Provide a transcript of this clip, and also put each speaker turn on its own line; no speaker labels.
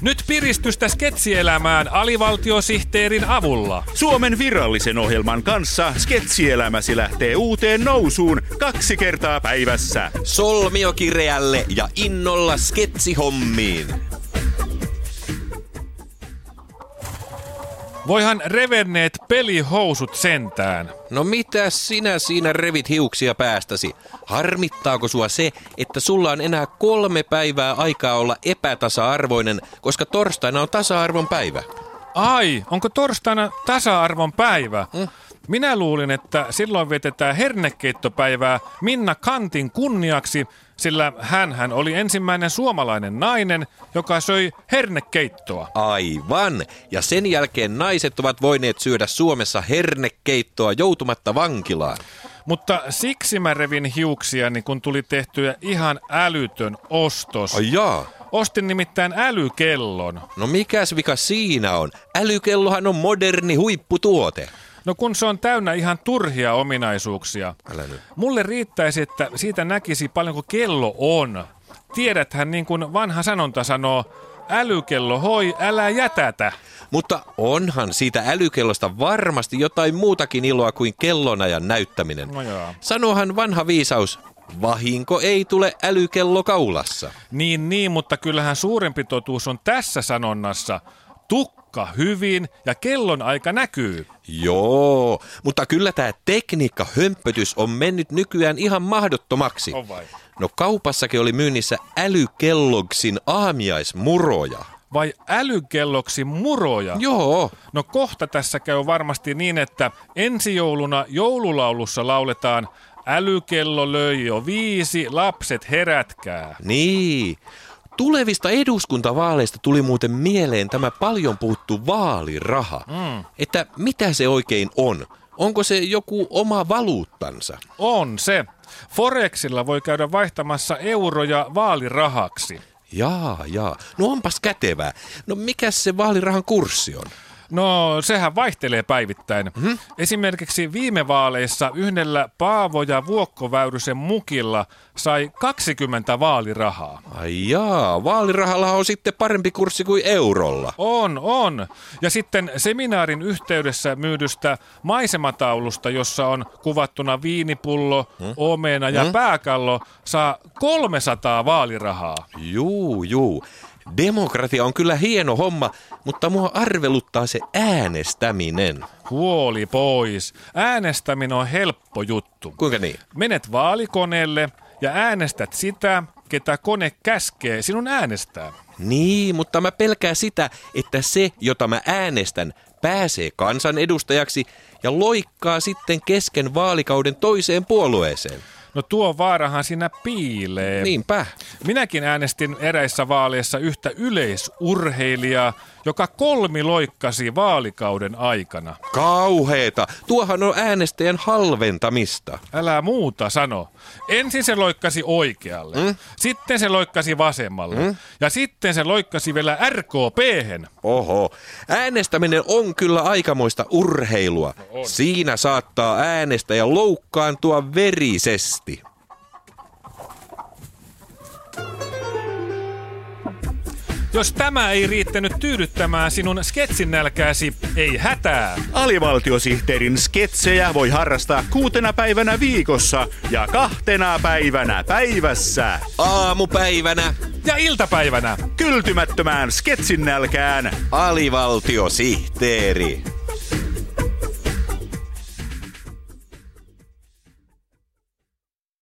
Nyt piristystä sketsielämään alivaltiosihteerin avulla.
Suomen virallisen ohjelman kanssa sketsielämäsi lähtee uuteen nousuun kaksi kertaa päivässä.
Solmiokireälle ja innolla sketsihommiin.
Voihan revenneet pelihousut sentään.
No mitä sinä siinä revit hiuksia päästäsi? Harmittaako sua se, että sulla on enää kolme päivää aikaa olla epätasa-arvoinen, koska torstaina on tasa-arvon päivä?
Ai, onko torstaina tasa-arvon päivä?
Mm.
Minä luulin, että silloin vietetään hernekeittopäivää Minna Kantin kunniaksi, sillä hän oli ensimmäinen suomalainen nainen, joka söi hernekeittoa.
Aivan. Ja sen jälkeen naiset ovat voineet syödä Suomessa hernekeittoa joutumatta vankilaan.
Mutta siksi mä revin hiuksiani, kun tuli tehtyä ihan älytön ostos.
Ai jaa.
Ostin nimittäin älykellon.
No mikäs vika siinä on? Älykellohan on moderni huipputuote.
No kun se on täynnä ihan turhia ominaisuuksia.
Älä nyt.
Mulle riittäisi, että siitä näkisi paljonko kello on. Tiedäthän niin kuin vanha sanonta sanoo, älykello hoi, älä jätätä.
Mutta onhan siitä älykellosta varmasti jotain muutakin iloa kuin kellonajan näyttäminen.
No joo.
Sanohan vanha viisaus, vahinko ei tule älykello kaulassa.
Niin niin, mutta kyllähän suurempi totuus on tässä sanonnassa. Tukka hyvin ja kellon aika näkyy.
Joo, mutta kyllä tämä tekniikka hömpötys on mennyt nykyään ihan mahdottomaksi.
On vai?
No kaupassakin oli myynnissä älykellogsin aamiaismuroja.
Vai älykelloksi muroja?
Joo,
No kohta tässä käy varmasti niin, että ensi jouluna joululaulussa lauletaan Älykello löi jo viisi, lapset herätkää.
niin. Tulevista eduskuntavaaleista tuli muuten mieleen tämä paljon puhuttu vaaliraha. Mm. Että mitä se oikein on? Onko se joku oma valuuttansa?
On se. Forexilla voi käydä vaihtamassa euroja vaalirahaksi.
Jaa, jaa. No onpas kätevää. No mikä se vaalirahan kurssi on?
No, sehän vaihtelee päivittäin. Mm-hmm. Esimerkiksi viime vaaleissa yhdellä Paavo ja Vuokkoväyrysen mukilla sai 20 vaalirahaa.
Ai jaa, vaalirahalla on sitten parempi kurssi kuin eurolla.
On, on. Ja sitten seminaarin yhteydessä myydystä maisemataulusta, jossa on kuvattuna viinipullo, hmm? omena ja hmm? pääkallo, saa 300 vaalirahaa.
Juu, juu. Demokratia on kyllä hieno homma, mutta mua arveluttaa se äänestäminen.
Huoli pois. Äänestäminen on helppo juttu.
Kuinka niin?
Menet vaalikoneelle ja äänestät sitä, ketä kone käskee sinun äänestää.
Niin, mutta mä pelkään sitä, että se, jota mä äänestän, pääsee kansanedustajaksi ja loikkaa sitten kesken vaalikauden toiseen puolueeseen.
No tuo vaarahan siinä piilee.
Niinpä.
Minäkin äänestin eräissä vaaleissa yhtä yleisurheilijaa, joka kolmi loikkasi vaalikauden aikana.
Kauheeta. Tuohan on äänestäjän halventamista.
Älä muuta sano. Ensin se loikkasi oikealle, mm? sitten se loikkasi vasemmalle mm? ja sitten se loikkasi vielä RKP-hen.
Oho, äänestäminen on kyllä aikamoista urheilua. No Siinä saattaa äänestäjä loukkaantua verisesti.
Jos tämä ei riittänyt tyydyttämään sinun sketsinälkääsi, ei hätää.
Alivaltiosihteerin sketsejä voi harrastaa kuutena päivänä viikossa ja kahtena päivänä päivässä.
Aamupäivänä
Ja iltapäivänä
Kyltymättömään sketsin nälkään
alivaltiosihteeri.